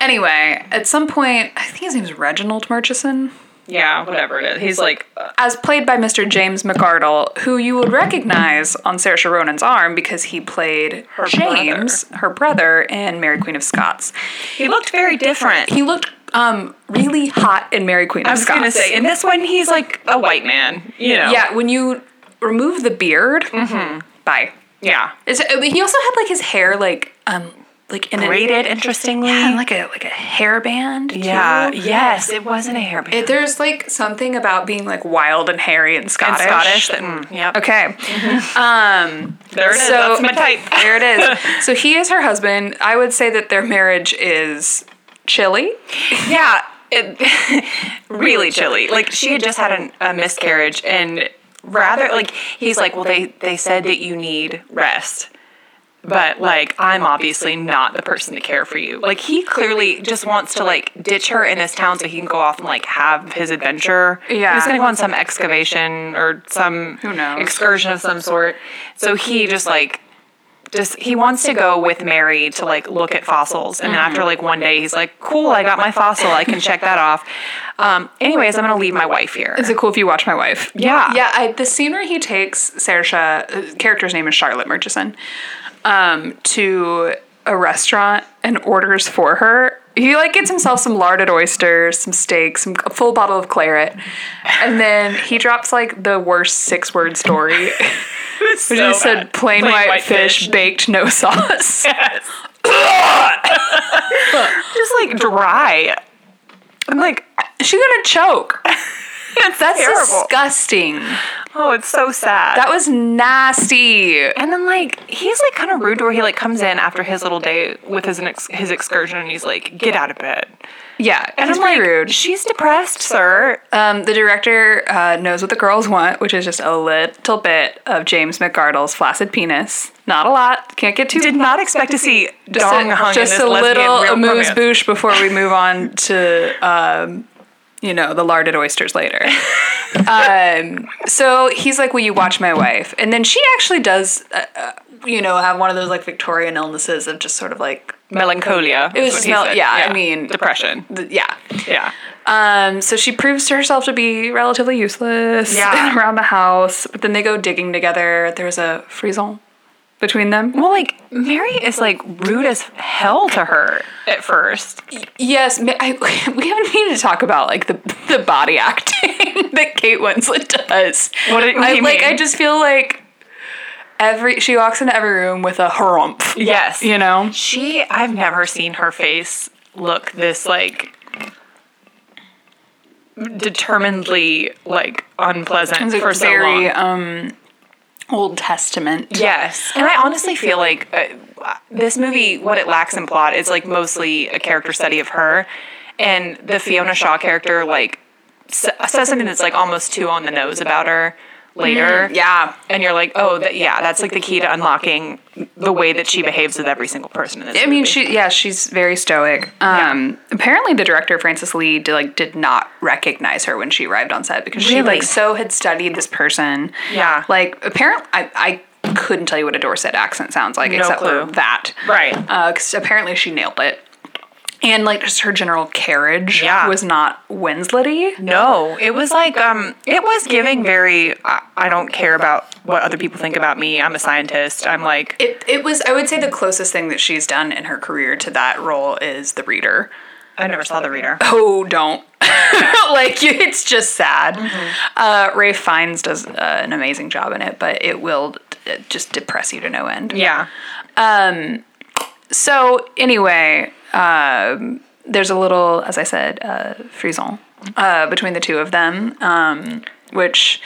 S2: anyway, at some point, I think his name is Reginald Murchison,
S1: Yeah, whatever it is. He's like, uh,
S2: as played by Mr. James McArdle, who you would recognize on Sarah Sharonan's arm because he played James, her brother, in Mary Queen of Scots.
S1: he looked very different.
S2: He looked um, really hot in Mary Queen of
S1: I was
S2: Scots.
S1: gonna say, in this one, he's like a white man. You know.
S2: yeah, when you remove the beard, bye.
S1: Yeah.
S2: It's- I mean, he also had like his hair like um, like in a
S1: braided, interestingly.
S2: yeah, like a like a hairband. too.
S1: Yeah, yes, it wasn't a hairband.
S2: It, there's like something about being like wild and hairy and Scottish.
S1: Scottish,
S2: that-
S1: mm, yep.
S2: Okay. Um,
S1: There it is, that's my type.
S2: There it is. So he is her husband. I would say that their marriage is chilly.
S1: yeah, it, really chilly. Like she had just had an, a miscarriage, and rather like he's like, well, they they said that you need rest. But like I'm obviously not the person to care for you. Like he clearly just wants to like ditch her in this town so he can go off and like have his adventure.
S2: Yeah.
S1: He's gonna go on some excavation or some
S2: Who knows?
S1: excursion of some sort. So he just like just he wants to go with Mary to like look at fossils, and then
S2: Mm-hmm.
S1: after like one day, he's like, "Cool, I got my fossil. I can check that off." Um, anyways, I'm gonna leave my wife here.
S2: Is it cool if you watch my wife?
S1: Yeah.
S2: Yeah. I, the scene where he takes Saoirse, uh, character's name is Charlotte Murchison, um, to a restaurant and orders for her. He like gets himself some larded oysters, some steak, some a full bottle of claret, and then he drops like the worst six word story.
S1: So
S2: He just said plain,
S1: Plain
S2: white,
S1: white
S2: fish,
S1: fish.
S2: baked no sauce.
S1: just like dry. I'm like,
S2: She's gonna choke.
S1: it's
S2: That's
S1: terrible.
S2: disgusting.
S1: oh, it's so sad.
S2: That was nasty.
S1: and then like he's like kind of rude to her. He like comes in after his little day with his ex- his excursion, and he's like, "Get out of bed."
S2: Yeah,
S1: And
S2: and it's
S1: I'm like,
S2: pretty rude.
S1: "She's depressed, sir."
S2: Um, the director uh, knows what the girls want, which is just a little bit of James McArdle's flaccid penis. Not a lot. Can't get too.
S1: Did not expect to see
S2: just
S1: dong
S2: a,
S1: hung
S2: just
S1: in this
S2: a little
S1: lesbian real
S2: amuse
S1: romance.
S2: bouche before we move on to, um, you know, the larded oysters later. um, so he's like, "Will you watch my wife?" And then she actually does, uh, uh, you know, have one of those like Victorian illnesses of just sort of like,
S1: melancholia. It
S2: was mel- yeah, I mean-
S1: depression.
S2: th- yeah.
S1: Yeah.
S2: Um, so she proves to herself to be relatively useless
S1: Yeah.
S2: around the house. But then they go digging together. There's a frisson between them.
S1: Well, like Mary is like rude as hell to her at first.
S2: Yes, ma- I, we haven't needed to talk about like the the body acting that Kate Winslet does.
S1: What do- what do
S2: I,
S1: you
S2: like?
S1: mean?
S2: I just feel like every she walks into every room with a harumph.
S1: Yes.
S2: You know,
S1: She, I've never seen her face look this like determinedly like unpleasant
S2: it's like
S1: for so long.
S2: very um, Old Testament.
S1: Yes, and I honestly feel like uh, this movie, what it lacks in plot, is like mostly a character study of her, and the Fiona Shaw character like s- says something that's like almost too on the nose about her later.
S2: Yeah.
S1: and you're like, oh, that, yeah, that's like the key to unlocking the way that she behaves with every single person in this.
S2: I mean, she yeah, she's very stoic. Um, Apparently, the director Frances Lee did, like did not recognize her when she arrived on set because she
S1: Really?
S2: like so had studied this person.
S1: Yeah.
S2: like apparently, I, I couldn't tell you what a Dorset accent sounds like except
S1: clue.
S2: for that,
S1: Right.
S2: Because apparently she nailed it, and like just her general carriage
S1: Yeah.
S2: was not Winslety.
S1: No, it was like um, it was giving very. I, I don't care about what other people think about me. I'm a scientist. I'm like
S2: It it was I would say the closest thing that she's done in her career to that role is the reader.
S1: I never saw the reader.
S2: oh don't like you- it's just sad uh, ray fiennes does uh, an amazing job in it but it will d- just depress you to no end
S1: Yeah.
S2: so anyway um, there's a little as i said uh, frisson uh, between the two of them um, which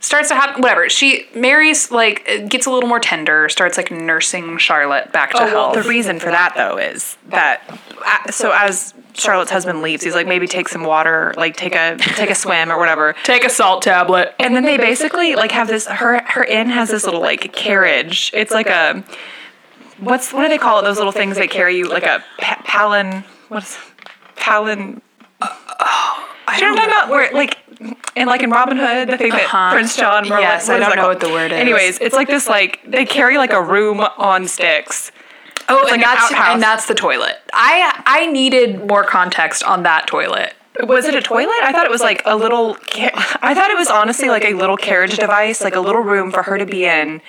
S2: starts to happen whatever she marries like gets a little more tender starts like nursing charlotte back to
S1: Oh, well,
S2: health
S1: the reason for that though is that uh, so as Charlotte's husband leaves, he's like maybe take some water, like take a take a swim or whatever.
S2: take a salt tablet
S1: And then they basically like have this her her inn has this little like carriage. It's like a what's what do they call it? Those little things that carry you like a pa- palin what's palin.
S2: Oh,
S1: Do you know what I'm talking about? Where like and like in Robin Hood, the thing that
S2: Uh-huh.
S1: Prince John. Robin,
S2: Yes, I
S1: is
S2: don't
S1: that
S2: know
S1: called?
S2: what the word is.
S1: Anyways, it's like this like they carry like a room on sticks.
S2: Oh,
S1: like
S2: and
S1: an
S2: that's
S1: outhouse.
S2: and that's the toilet. I I needed more context on that toilet.
S1: Was it a toilet? I thought it was like a little. Ca- I thought it was honestly like a little carriage device, like a little room for her to be in.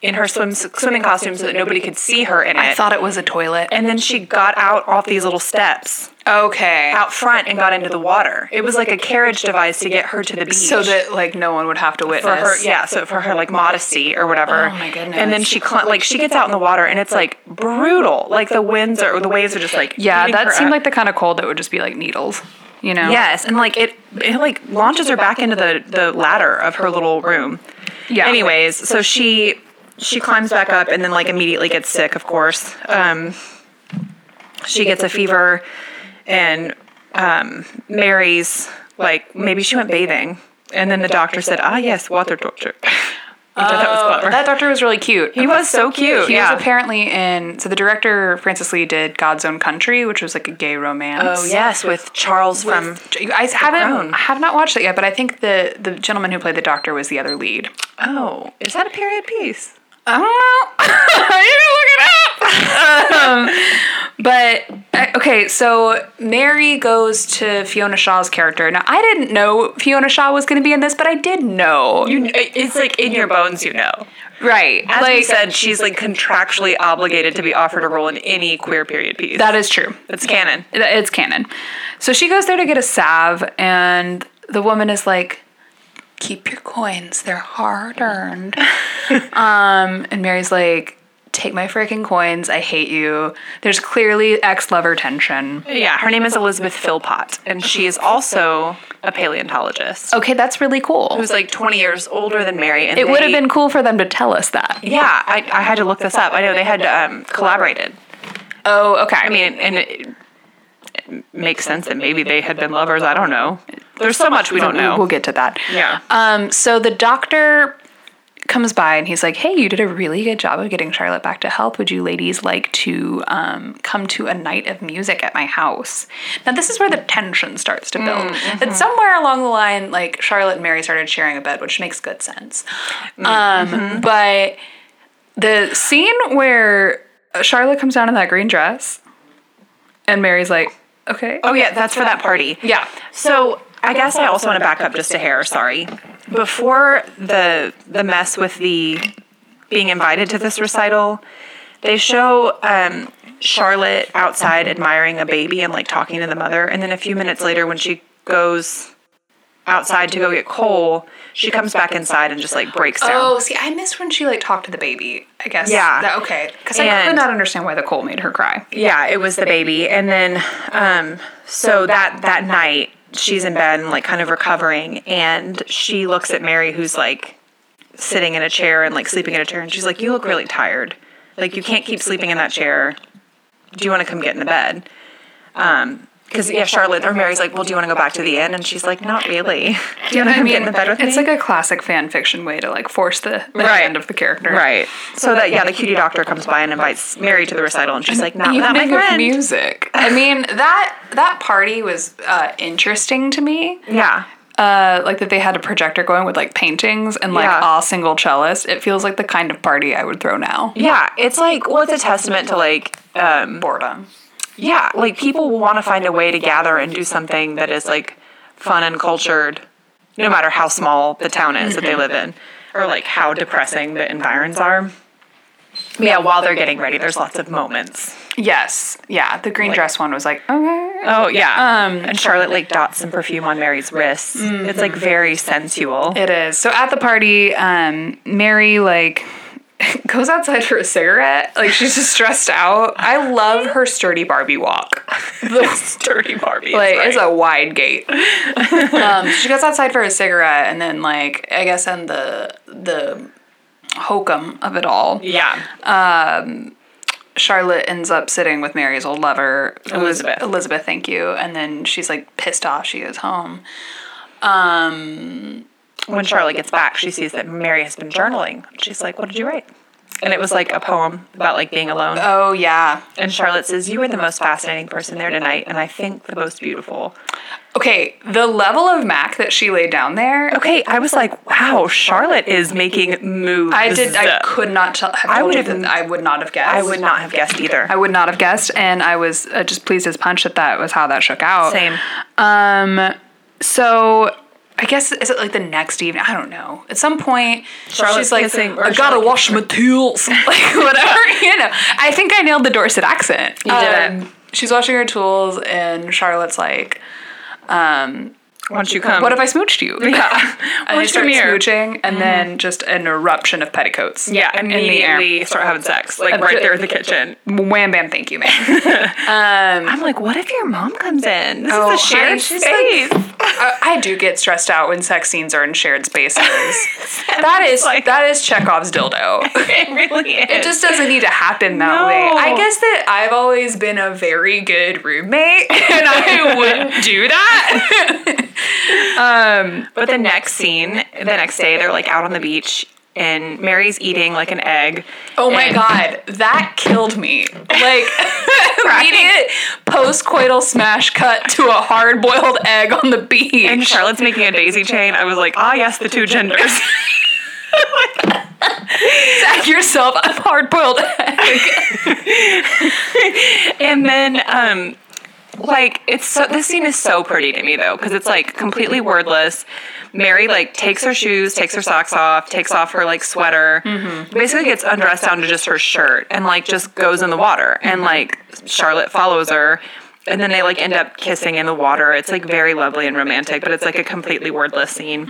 S1: in her swim swimming costume so that nobody could see her in
S2: I
S1: it.
S2: thought it was a toilet.
S1: And then she got out off these little steps
S2: Okay.
S1: out front and got into the water. It was like a carriage device to get her to the beach.
S2: So that like no one would have to witness.
S1: for her, yeah, so for her like modesty or whatever.
S2: Oh, my goodness.
S1: And then she cl- like she gets out in the water and it's like brutal. Like the winds or the waves are just like
S2: Yeah,
S1: eating her
S2: that seemed
S1: up.
S2: like the kind of cold that would just be like needles. You know.
S1: Yes, and like it, it like launches her back into the the ladder of her little room.
S2: Yeah.
S1: Anyways, so she she climbs back up and then like immediately gets sick. Of course, um, she gets a fever, and um, Mary's like maybe she went bathing, and then the doctor said, "Ah, yes, water doctor." Which I thought was
S2: Oh,
S1: clever.
S2: that doctor was really cute.
S1: he was so cute.
S2: He
S1: yeah.
S2: was apparently in. So the director Francis Lee did God's Own Country, which was like a gay romance.
S1: oh yes, with Charles from
S2: I haven't.
S1: Crown.
S2: I have not watched it yet, but I think the the gentleman who played the doctor was the other lead.
S1: oh, is that a period piece?
S2: I don't know. you can look it up. Um, but uh, okay, so Mary goes to Fiona Shaw's character. Now I didn't know Fiona Shaw was going to be in this, but I did know.
S1: You, it's like in your bones, you know.
S2: right?
S1: As
S2: like
S1: we said, she's like contractually obligated to be offered a role in any queer period piece.
S2: that is true.
S1: That's canon.
S2: It- It's canon. So she goes there to get a salve, and the woman is like, "Keep your coins; they're hard earned." um, and Mary's like, "Take my freaking coins! I hate you." There's clearly ex-lover tension.
S1: Yeah, her name is Elizabeth Philpott, and she is also a paleontologist.
S2: Okay, that's really cool.
S1: Oh, Who's like 20 years older than Mary. And
S2: It would have
S1: they-
S2: been cool for them to tell us that.
S1: Yeah, I, I had to look this up. I know they had um, collaborated.
S2: Oh, okay.
S1: I mean, and it, it makes sense that maybe they had been lovers. I don't know. There's so much we don't
S2: We'll
S1: know.
S2: get to that.
S1: Yeah.
S2: Um, so the doctor comes by and he's like, "Hey, you did a really good job of getting Charlotte back to health. Would you ladies like to um, come to a night of music at my house?" Now this is where the tension starts to
S1: Mm,
S2: build.
S1: mm-hmm.
S2: That somewhere along the line, like Charlotte and Mary started sharing a bed, which makes good sense.
S1: Mm, mm-hmm.
S2: Um, but the scene where Charlotte comes down in that green dress, and Mary's like, "Okay,
S1: Oh, yeah, that's for that party.
S2: yeah."
S1: So I guess I also want to back up just a hair. Sorry. Before the the mess with the being invited to this recital, they show um, Charlotte outside admiring a baby and like talking to the mother, and then a few minutes later, when she goes outside to go get coal, she comes back inside and just like breaks down.
S2: Oh, see, I missed when she like talked to the baby. I guess.
S1: Yeah.
S2: That- okay. Because I could
S1: And-
S2: not understand why the coal made her cry.
S1: yeah it was the baby and then um so that that night she's in bed and like kind of recovering and she looks at mary who's like sitting in a chair and like sleeping in a chair and she's like you look really tired like you can't keep sleeping in that chair do you want to come get in the bed um because yeah charlotte or mary's like well do you want to go back to the inn and she's like not really do you want to come get in the bed with
S2: it's
S1: me
S2: like a classic fan fiction way to like force the, the
S1: Right.
S2: hand of the character.
S1: right so that yeah the cutie doctor comes by and invites mary to the recital and she's like not without my
S2: Evening of
S1: friend
S2: music. I mean that that party was uh, interesting to me.
S1: yeah
S2: Uh, like that they had a projector going with like paintings and like
S1: Yeah.
S2: all single cellist. It feels like the kind of party I would throw now.
S1: Yeah, it's like well, it's a testament to like um,
S2: Boredom.
S1: yeah, like people will want to find a way to gather and do something that is like fun and cultured, no matter how small the town is that they live in, or like how depressing the environs are. But yeah, while they're getting ready, there's lots of moments.
S2: Yes. Yeah. The green dress one was like okay.
S1: Oh yeah, um, and Charlotte like dots some perfume on Mary's wrists. It's like very sensual.
S2: It is. So at the party, um, Mary like goes outside for a cigarette. Like she's just stressed out. I love her sturdy Barbie walk.
S1: It's dirty Barbie.
S2: Like
S1: right.
S2: it's a wide gate. um, she goes outside for a cigarette, and then like I guess in the the hokum of it all,
S1: yeah.
S2: Charlotte ends up sitting with Mary's old lover, Eliz-
S1: Elizabeth.
S2: Elizabeth, thank you. And then she's like pissed off. She goes home.
S1: when Charlotte gets back, she sees that Mary has been journaling. She's like, What did you write? Uh, And it was like a poem about like being alone.
S2: Oh yeah.
S1: And Charlotte says, You were the most fascinating person there tonight, and I think the most beautiful.
S2: Okay, the level of Mac that she laid down there.
S1: Okay, I was like, Wow, Charlotte is making moves.
S2: I did. I could not tell. Have
S1: I
S2: I
S1: would
S2: would
S1: have-
S2: I would not have guessed.
S1: I would not have guessed either.
S2: I would not have guessed, and I was uh, just pleased as punch that that was how that shook out.
S1: Same.
S2: Um. So I guess is it like the next evening? I don't know. At some point,
S1: Charlotte's
S2: she's like,
S1: kissing- or
S2: "I gotta
S1: Charlotte
S2: wash my tools," like whatever. you know, I think I nailed the Dorset accent. You
S1: did it.
S2: She's washing her tools, and Charlotte's like, um,
S1: Why don't you come?
S2: "What if I smooched you?"
S1: Yeah.
S2: and they
S1: What's your
S2: start
S1: mirror? Mm-hmm.
S2: smooching, and then just an eruption of petticoats.
S1: Yeah,
S2: in the air.
S1: immediately start having sex, like right there in the kitchen.
S2: Wham bam, thank you, man.
S1: I'm like, what if your mom comes in? This
S2: Oh,
S1: is a shared
S2: honey, she's
S1: space.
S2: I, I do get stressed out when sex scenes are in shared spaces. that is
S1: like-
S2: that is Chekhov's dildo.
S1: it really is.
S2: It just doesn't need to happen that
S1: No.
S2: way. I guess that I've always been a very good roommate, and I wouldn't do that.
S1: But the next scene, the next day, they're like out on the beach, and Mary's eating like an egg.
S2: Oh my
S1: And-
S2: god, that killed me. Like immediate post-coital smash cut to a hard-boiled egg on the beach.
S1: And Charlotte's making a daisy chain. I was like, ah, yes, the two genders.
S2: Sack yourself a hard-boiled egg.
S1: and then, um, like, it's so, this scene is so pretty to me though, because it's like completely wordless. Mary, like, takes her shoes, takes her socks off, takes off her, like, sweater, basically gets undressed down to just her shirt, and, like, just goes in the water. And, like, Charlotte follows her. And then they like end up kissing in the water. It's like very lovely and romantic, but it's like a completely wordless scene.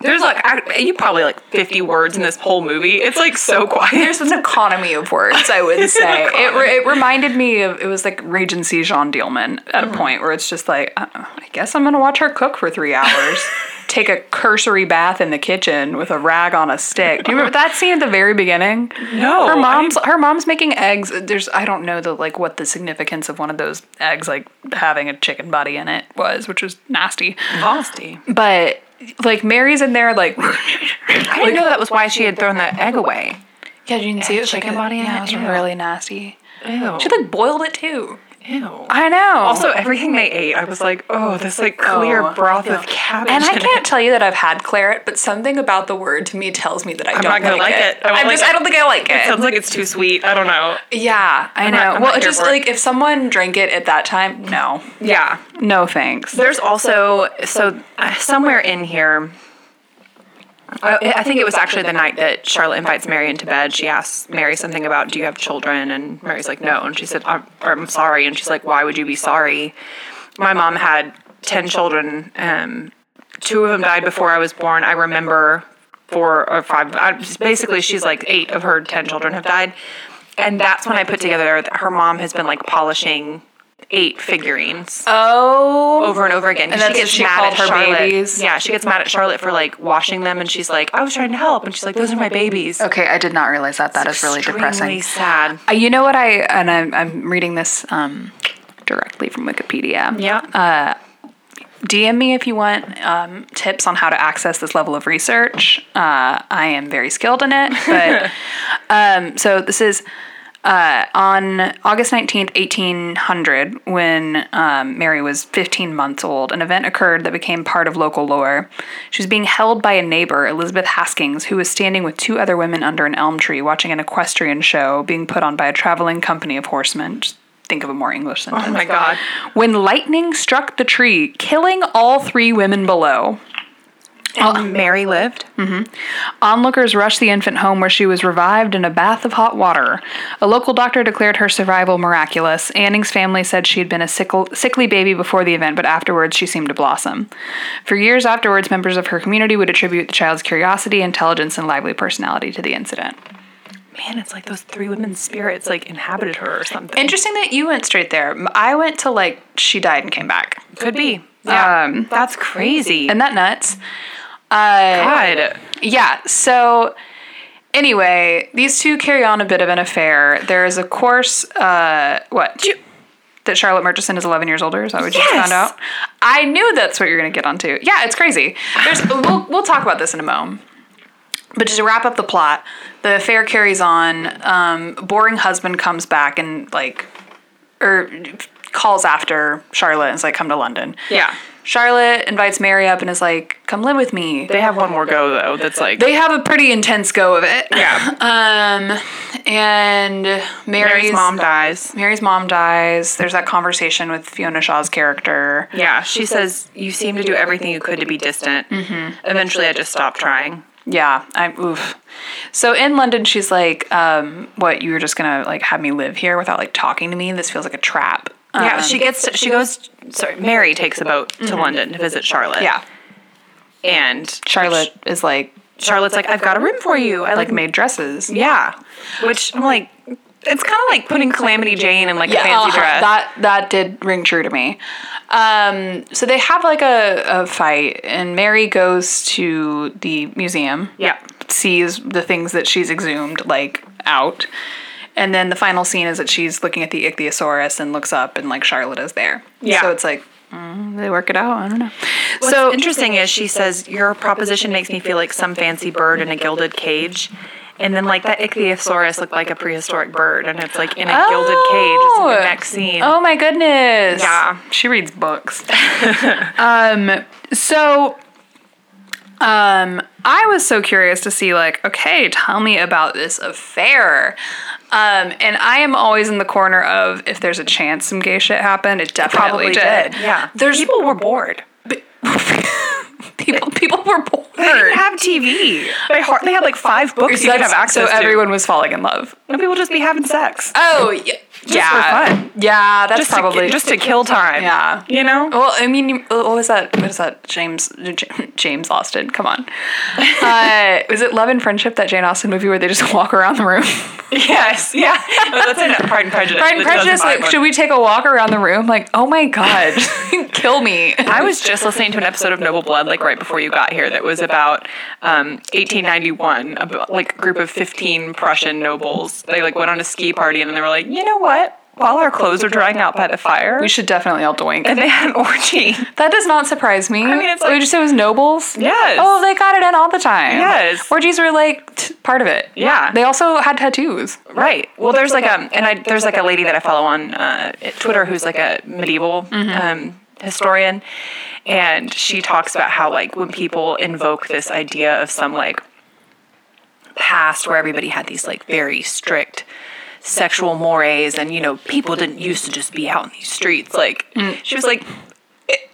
S1: There's like I, you probably like 50 words in this whole movie. It's like so quiet.
S2: There's an economy of words, I would say. it, re- it reminded me of it was like Regency Jean Dielman at a point where it's just like, uh, I guess I'm gonna watch her cook for three hours, take a cursory bath in the kitchen with a rag on a stick. Do you remember that scene at the very beginning?
S1: No,
S2: her
S1: I
S2: mom's her mom's making eggs. There's I don't know the like what the significance of one of those eggs like having a chicken body in it was, which was nasty.
S1: Nasty.
S2: But like Mary's in there like
S1: I didn't know that was why she had thrown that egg away.
S2: yeah, you can see it
S1: chicken
S2: like,
S1: body in
S2: Yeah,
S1: it?
S2: it was
S1: Ew.
S2: really nasty.
S1: Ew.
S2: She like boiled it too.
S1: Ew.
S2: I know.
S1: Also, everything they ate, I was like, oh, this like clear
S2: Oh,
S1: broth of cabbage.
S2: and I
S1: in it.
S2: can't tell you that I've had claret, but something about the word to me tells me that I don't
S1: not gonna
S2: like,
S1: like
S2: it.
S1: it. I won't
S2: I'm
S1: like
S2: just,
S1: it.
S2: I don't think I like it.
S1: Sounds like it's too sweet. I don't know.
S2: yeah, I know.
S1: not- I'm
S2: well,
S1: not
S2: it's
S1: here
S2: just
S1: for it.
S2: like if someone drank it at that time, no,
S1: Yeah.
S2: no thanks.
S1: There's also so uh, somewhere in here. I, I think it was actually the night that Charlotte invites Mary into bed. She asks Mary something about, "Do you have children?" And Mary's like, "No." And she said, "I'm, or I'm sorry." And she's like, "Why would you be sorry?" My mom had ten children. Um, two of them died before I was born. I remember four or five. I, basically, she's like eight of her ten children have died, and that's when I put together that her mom has been like polishing eight figurines
S2: Oh,
S1: over and over again.
S2: And
S1: she
S2: that's
S1: gets
S2: what she
S1: mad at
S2: called her
S1: Charlotte.
S2: babies?
S1: Yeah, she gets mad at Charlotte for like washing them, and she's like, "I was trying to help," and she's like, "Those are my babies."
S2: okay. I did not realize that. That is
S1: Extremely Sad.
S2: Uh, You know what I and I'm, I'm reading this um, directly from Wikipedia.
S1: Yeah.
S2: DM me if you want um, tips on how to access this level of research. Uh, I am very skilled in it. But um, so this is uh, on August 19th, 1800, when um, Mary was 15 months old, an event occurred that became part of local lore. She was being held by a neighbor, Elizabeth Haskings, who was standing with two other women under an elm tree watching an equestrian show being put on by a traveling company of horsemen. Just think of a more English sentence.
S1: oh my god.
S2: When lightning struck the tree, killing all three women below.
S1: And Mary lived.
S2: Onlookers rushed the infant home where she was revived in a bath of hot water. A local doctor declared her survival miraculous. Anning's family said she had been a sickle, sickly baby before the event, but afterwards she seemed to blossom. For years afterwards, members of her community would attribute the child's curiosity, intelligence, and lively personality to the incident.
S1: Man, it's like those three women's spirits like inhabited her or something.
S2: Interesting that you went straight there. I went to like she died and came back.
S1: Could be. Yeah. That's crazy.
S2: Isn't that nuts? Uh,
S1: God.
S2: Yeah. So anyway, these two carry on a bit of an affair. There is, of course, uh, what that Charlotte Murchison is 11 years older. Is that what you just
S1: Yes.
S2: found out? I knew that's what you're going to get onto. Yeah, it's crazy. There's. we'll we'll talk about this in a moment. But just to wrap up the plot, the affair carries on. Um, boring husband comes back er, and like, or calls after Charlotte and is like, "Come to London."
S1: Yeah.
S2: Charlotte invites Mary up and is like, "Come live with me."
S1: They have one more go though. That's like
S2: They have a pretty intense go of it.
S1: Yeah.
S2: Um, and Mary's,
S1: Mary's mom dies.
S2: Mary's mom dies. There's that conversation with Fiona Shaw's character.
S1: Yeah, she says you seem to do everything you could to be distant. Eventually, I just stopped trying.
S2: Yeah, I'm oof. So in London, she's like, um, "What you were just gonna like have me live here without like talking to me? This feels like a trap."
S1: Yeah,
S2: Um,
S1: she gets to, she goes. Sorry, Mary takes a boat to London to visit Charlotte.
S2: yeah.
S1: and
S2: Charlotte is like
S1: Charlotte's like, I've got a room for you. I
S2: like
S1: like,
S2: made dresses.
S1: yeah, which I'm like, it's kind of like putting Calamity Jane in like a fancy
S2: uh-huh.
S1: dress.
S2: That that did ring true to me. Um, so they have like a, a fight, and Mary goes to the museum.
S1: Yeah.
S2: sees the things that she's exhumed like out, and then the final scene is that she's looking at the ichthyosaurus and looks up, and like Charlotte is there.
S1: Yeah.
S2: so it's like mm, they work it out. I don't know.
S1: so
S2: so
S1: interesting is she says your proposition makes me feel like some fancy bird in a gilded cage. And then, like that ichthyosaurus looked like a prehistoric bird, and it's like in a gilded cage. It's like the next scene.
S2: Oh my goodness.
S1: Yeah.
S2: She reads books. um so um I was so curious to see like, okay, tell me about this affair. Um, and I am always in the corner of if there's a chance some gay shit happened, it definitely
S1: probably
S2: did.
S1: did. Yeah,
S2: There's
S1: people were bored.
S2: people people
S1: They
S2: were bored.
S1: didn't have TV. They, har- they had like five books you could have
S2: That's-
S1: access
S2: so
S1: to.
S2: everyone was falling in love.
S1: and people just be having sex.
S2: Oh, yeah. yeah.
S1: for fun.
S2: Yeah, that's
S1: just
S2: probably
S1: to, just to kill time.
S2: Yeah.
S1: you know.
S2: Well, I mean, you- oh, what was that? What is that? James J- James Austin. Come on. Uh, was it Love and Friendship that Jane Austen movie where they just walk around the room?
S1: Yes, yeah. Well, that's in Pride and Prejudice.
S2: Pride and
S1: the 2005
S2: Prejudice. Like,
S1: one.
S2: should we take a walk around the room? Like, oh my god, kill me.
S1: I was just listening to an episode of Noble Blood, like right before you got here, that was about um, 1891, about like a group of 15 Prussian nobles. They like went on a ski party and they were like, you know what? While our clothes are drying out by the fire,
S2: We should definitely all doink.
S1: and they had an orgy.
S2: That does not surprise me. I
S1: mean, it's
S2: you
S1: like-
S2: just say it was nobles.
S1: Yes.
S2: Oh, they got it in all the time.
S1: Yes.
S2: Orgies were like t- part of it.
S1: Yeah.
S2: They also had tattoos.
S1: Right. Well, there's like um, and I there's like a lady that I follow on uh, Twitter who's like a medieval um, historian, and she talks about how like when people invoke this idea of some like past where everybody had these like very strict sexual mores and you know people didn't used to just be out in these streets like she was like "It-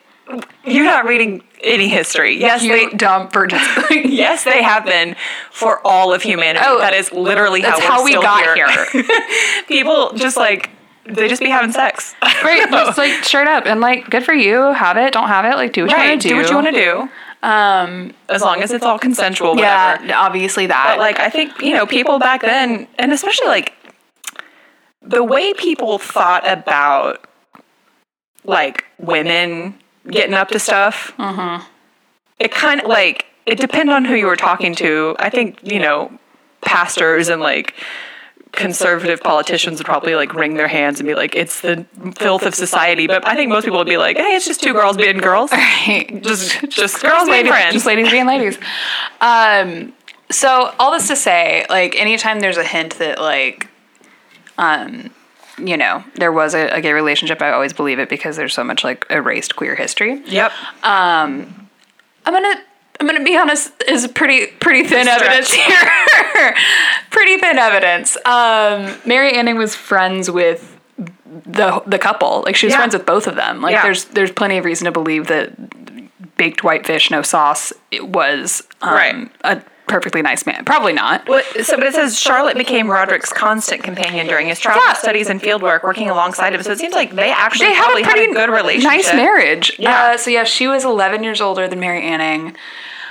S1: you're not reading any history yes
S2: You
S1: they
S2: dumb virgins.
S1: yes they have been for all of humanity
S2: Oh,
S1: that is literally
S2: That's
S1: how,
S2: how
S1: we're
S2: we
S1: still
S2: got
S1: here
S2: here.
S1: people just like they just be having sex.
S2: Right, just like straight up and like good for you. Have it, don't have it. Like do what you
S1: Right.
S2: want to do.
S1: Do what you want to do,
S2: Um,
S1: as long as it's all consensual.
S2: yeah,
S1: Whatever.
S2: obviously that.
S1: But like I think you know people back then, and especially like the way people thought about like women getting up to stuff. It kind of like it depended on who you were talking to. I think you know pastors and like conservative politicians would probably like wring their hands and be like, "It's the filth of society." But I think most people would be like, "Hey, it's just two girls being girls,
S2: Right.
S1: just just girls being
S2: ladies,
S1: friends."
S2: just ladies being ladies. Um, so all this to say, like anytime there's a hint that like, um, you know, there was a, a gay relationship, I always believe it because there's so much like erased queer history.
S1: yep.
S2: I'm gonna I'm gonna be honest is pretty pretty thin
S1: Stretch.
S2: evidence here. pretty thin evidence. Um, Mary Anning was friends with the the couple. Like she was
S1: Yeah.
S2: friends with both of them. Like
S1: Yeah.
S2: there's there's plenty of reason to believe that baked whitefish no sauce it was um,
S1: Right.
S2: a perfectly nice man. Probably not.
S1: What, so, but it says Charlotte became Roderick's constant companion during his travel
S2: Yeah.
S1: studies and field work, working alongside him. So it seems like they actually
S2: They had
S1: probably
S2: a pretty
S1: had a good relationship.
S2: nice marriage.
S1: Yeah.
S2: Uh, so yeah, she was 11 years older than Mary Anning.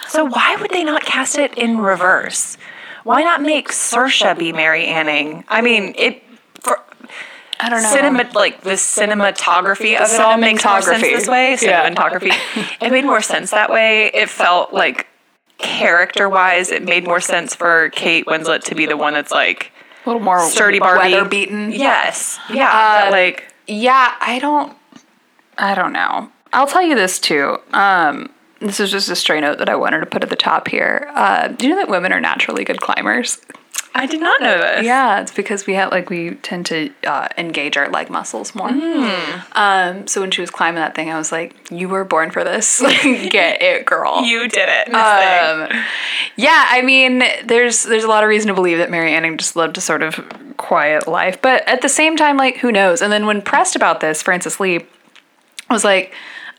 S1: So why would they not cast it in reverse? Why not make Sersha be Mary Anning? I mean, it for
S2: I don't know.
S1: cinema like the cinematography of it all makes more sense
S2: Cinematography.
S1: this way.
S2: Yeah.
S1: Cinematography. it made more sense that way. It felt like character wise, it made more sense for Kate Winslet to be the one that's like
S2: a little more
S1: sturdy Barbie,
S2: weather beaten.
S1: Yes, yeah,
S2: Uh,
S1: but like.
S2: Yeah, I don't I don't know. I'll tell you this too. Um this is just a stray note that I wanted to put at the top here. Uh, do you know that women are naturally good climbers?
S1: I did not know this.
S2: Yeah, it's because we have like we tend to uh, engage our leg muscles more. Um, so when she was climbing that thing, I was like, "You were born for this. Like, Get it, girl."
S1: You did it. Miss Thing.
S2: um, yeah, I mean, there's there's a lot of reason to believe that Mary Anning just lived a sort of quiet life, but at the same time, like who knows? And then when pressed about this, Frances Lee was like.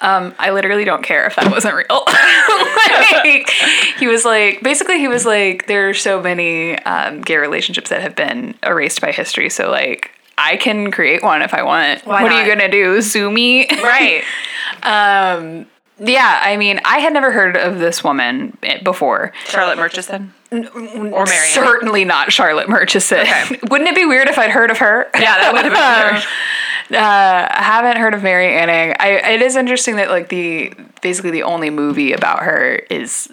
S2: Um, I literally don't care if that wasn't real. like, he was like, basically, he was like, there are so many um, gay relationships that have been erased by history. So, like, I can create one if I want.
S1: Why
S2: what are you
S1: not?
S2: going to do? Sue me?
S1: Uh, right.
S2: Um, yeah, I mean, I had never heard of this woman before.
S1: Charlotte Murchison. Or Mary.
S2: Certainly not Charlotte Murchison. Wouldn't it be weird if I'd heard of her?
S1: Yeah, that would have been weird.
S2: Uh, I haven't heard of Mary Anning. I, it is interesting that like the basically the only movie about her is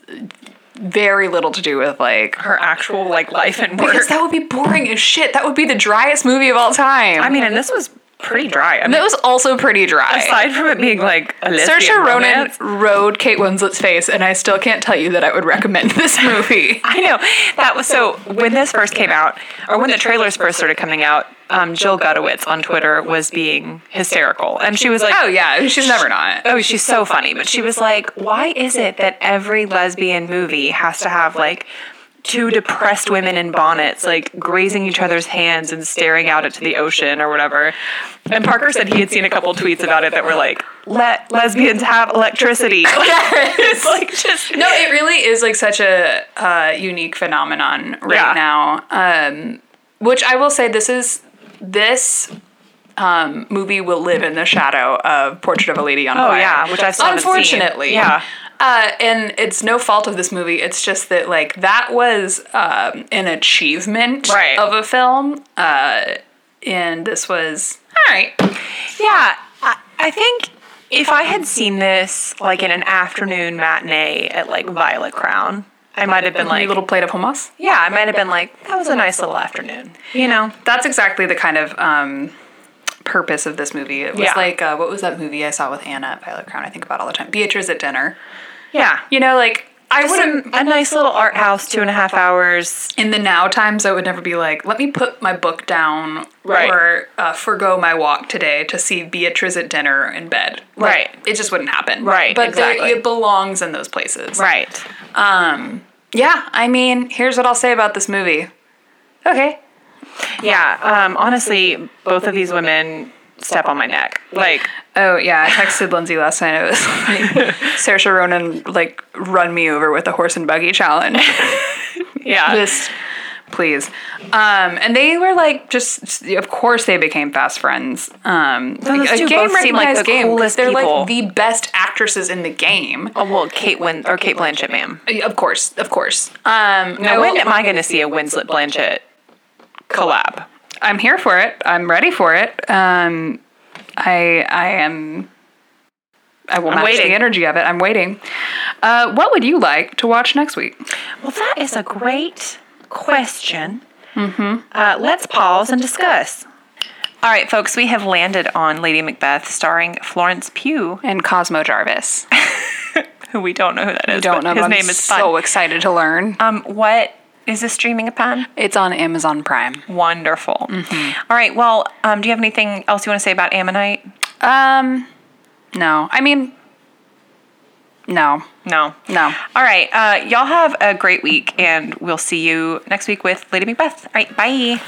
S2: very little to do with like
S1: her actual like life and work.
S2: because that would be boring as shit. That would be the driest movie of all time.
S1: I mean, and this was pretty dry. I mean,
S2: that was also pretty dry.
S1: aside from it being like a lesbian
S2: Saoirse Ronan
S1: romance.
S2: rode Kate Winslet's face, and I still can't tell you that I would recommend this movie.
S1: I know that was so. When this first came out, or when the trailers first started coming out, um, Jill Gutowitz on Twitter was being hysterical, and she was like,
S2: oh yeah, she's never not.
S1: Oh, she's so funny. But she was like, why is it that every lesbian movie has to have like two depressed women in bonnets, like grazing each other's hands and staring out into the ocean or whatever? And Parker said he had seen a couple tweets about it that were like, let lesbians have electricity. it's like just.
S2: No, it really is like such a uh, unique phenomenon right
S1: Yeah.
S2: now. Um, which I will say, this is this um, movie will live in the shadow of Portrait of a Lady on Fire.
S1: Oh, yeah, which I still haven't seen.
S2: unfortunately,
S1: Yeah.
S2: Uh, and it's no fault of this movie. It's just that like that was um, an achievement
S1: Right.
S2: of a film, uh, and this was all right.
S1: Yeah, I, I think if I had seen this like in an afternoon matinee at like Violet Crown, I might have been
S2: Like,
S1: like,
S2: little plate of hummus.
S1: yeah, I might have been like, that was a nice little afternoon. You know?
S2: that's exactly the kind of um, purpose of this movie. It was
S1: Yeah.
S2: like uh, what was that movie I saw with Anna at Violet Crown? I think about all the time. Beatrice at dinner.
S1: Yeah.
S2: You know, like I wouldn't
S1: Some, a nice little art house, two and a half hours.
S2: in the now times. I would never be like, let me put my book down
S1: Right.
S2: or uh, forego my walk today to see Beatrice at dinner in bed. Like,
S1: Right.
S2: It just wouldn't happen.
S1: Right,
S2: But there-
S1: exactly.
S2: it belongs in those places.
S1: Right.
S2: Yeah. I mean, here's what I'll say about this movie. Okay.
S1: Yeah. Um, honestly, both of these women step on my neck. Like,
S2: Oh yeah, I texted Lindsay last night. It was like Saoirse Ronan like run me over with a horse and buggy challenge.
S1: yeah.
S2: just please. Um, and they were like just of course they became fast friends. Um
S1: those
S2: a
S1: two
S2: game
S1: both seem like
S2: recognized
S1: the
S2: game 'cause
S1: coolest
S2: they're
S1: people.
S2: like the best actresses in the game.
S1: oh, well, Kate Win or Kate Blanchett, ma'am.
S2: Of course, of course. Um I
S1: Now, when
S2: will-
S1: am I going to see a Winslet Blanchett collab?
S2: I'm here for it. I'm ready for it. Um, I I am. I will match
S1: waiting.
S2: the energy of it. I'm waiting. Uh, what would you like to watch next week?
S1: Well, that is a great question. Uh, let's pause and discuss. All right, folks, we have landed on Lady Macbeth starring Florence Pugh,
S2: And Cosmo Jarvis. I
S1: who we don't know who that is. but
S2: don't know.
S1: His
S2: but I'm
S1: name is Fun.
S2: so excited to learn.
S1: Um, what is this streaming upon?
S2: It's on Amazon Prime.
S1: Wonderful. All right. Well, um, do you have anything else you want to say about Ammonite?
S2: Um, no. I mean, no,
S1: No.
S2: no.
S1: All right. Uh, y'all have a great week, and we'll see you next week with Lady Macbeth. All right. Bye.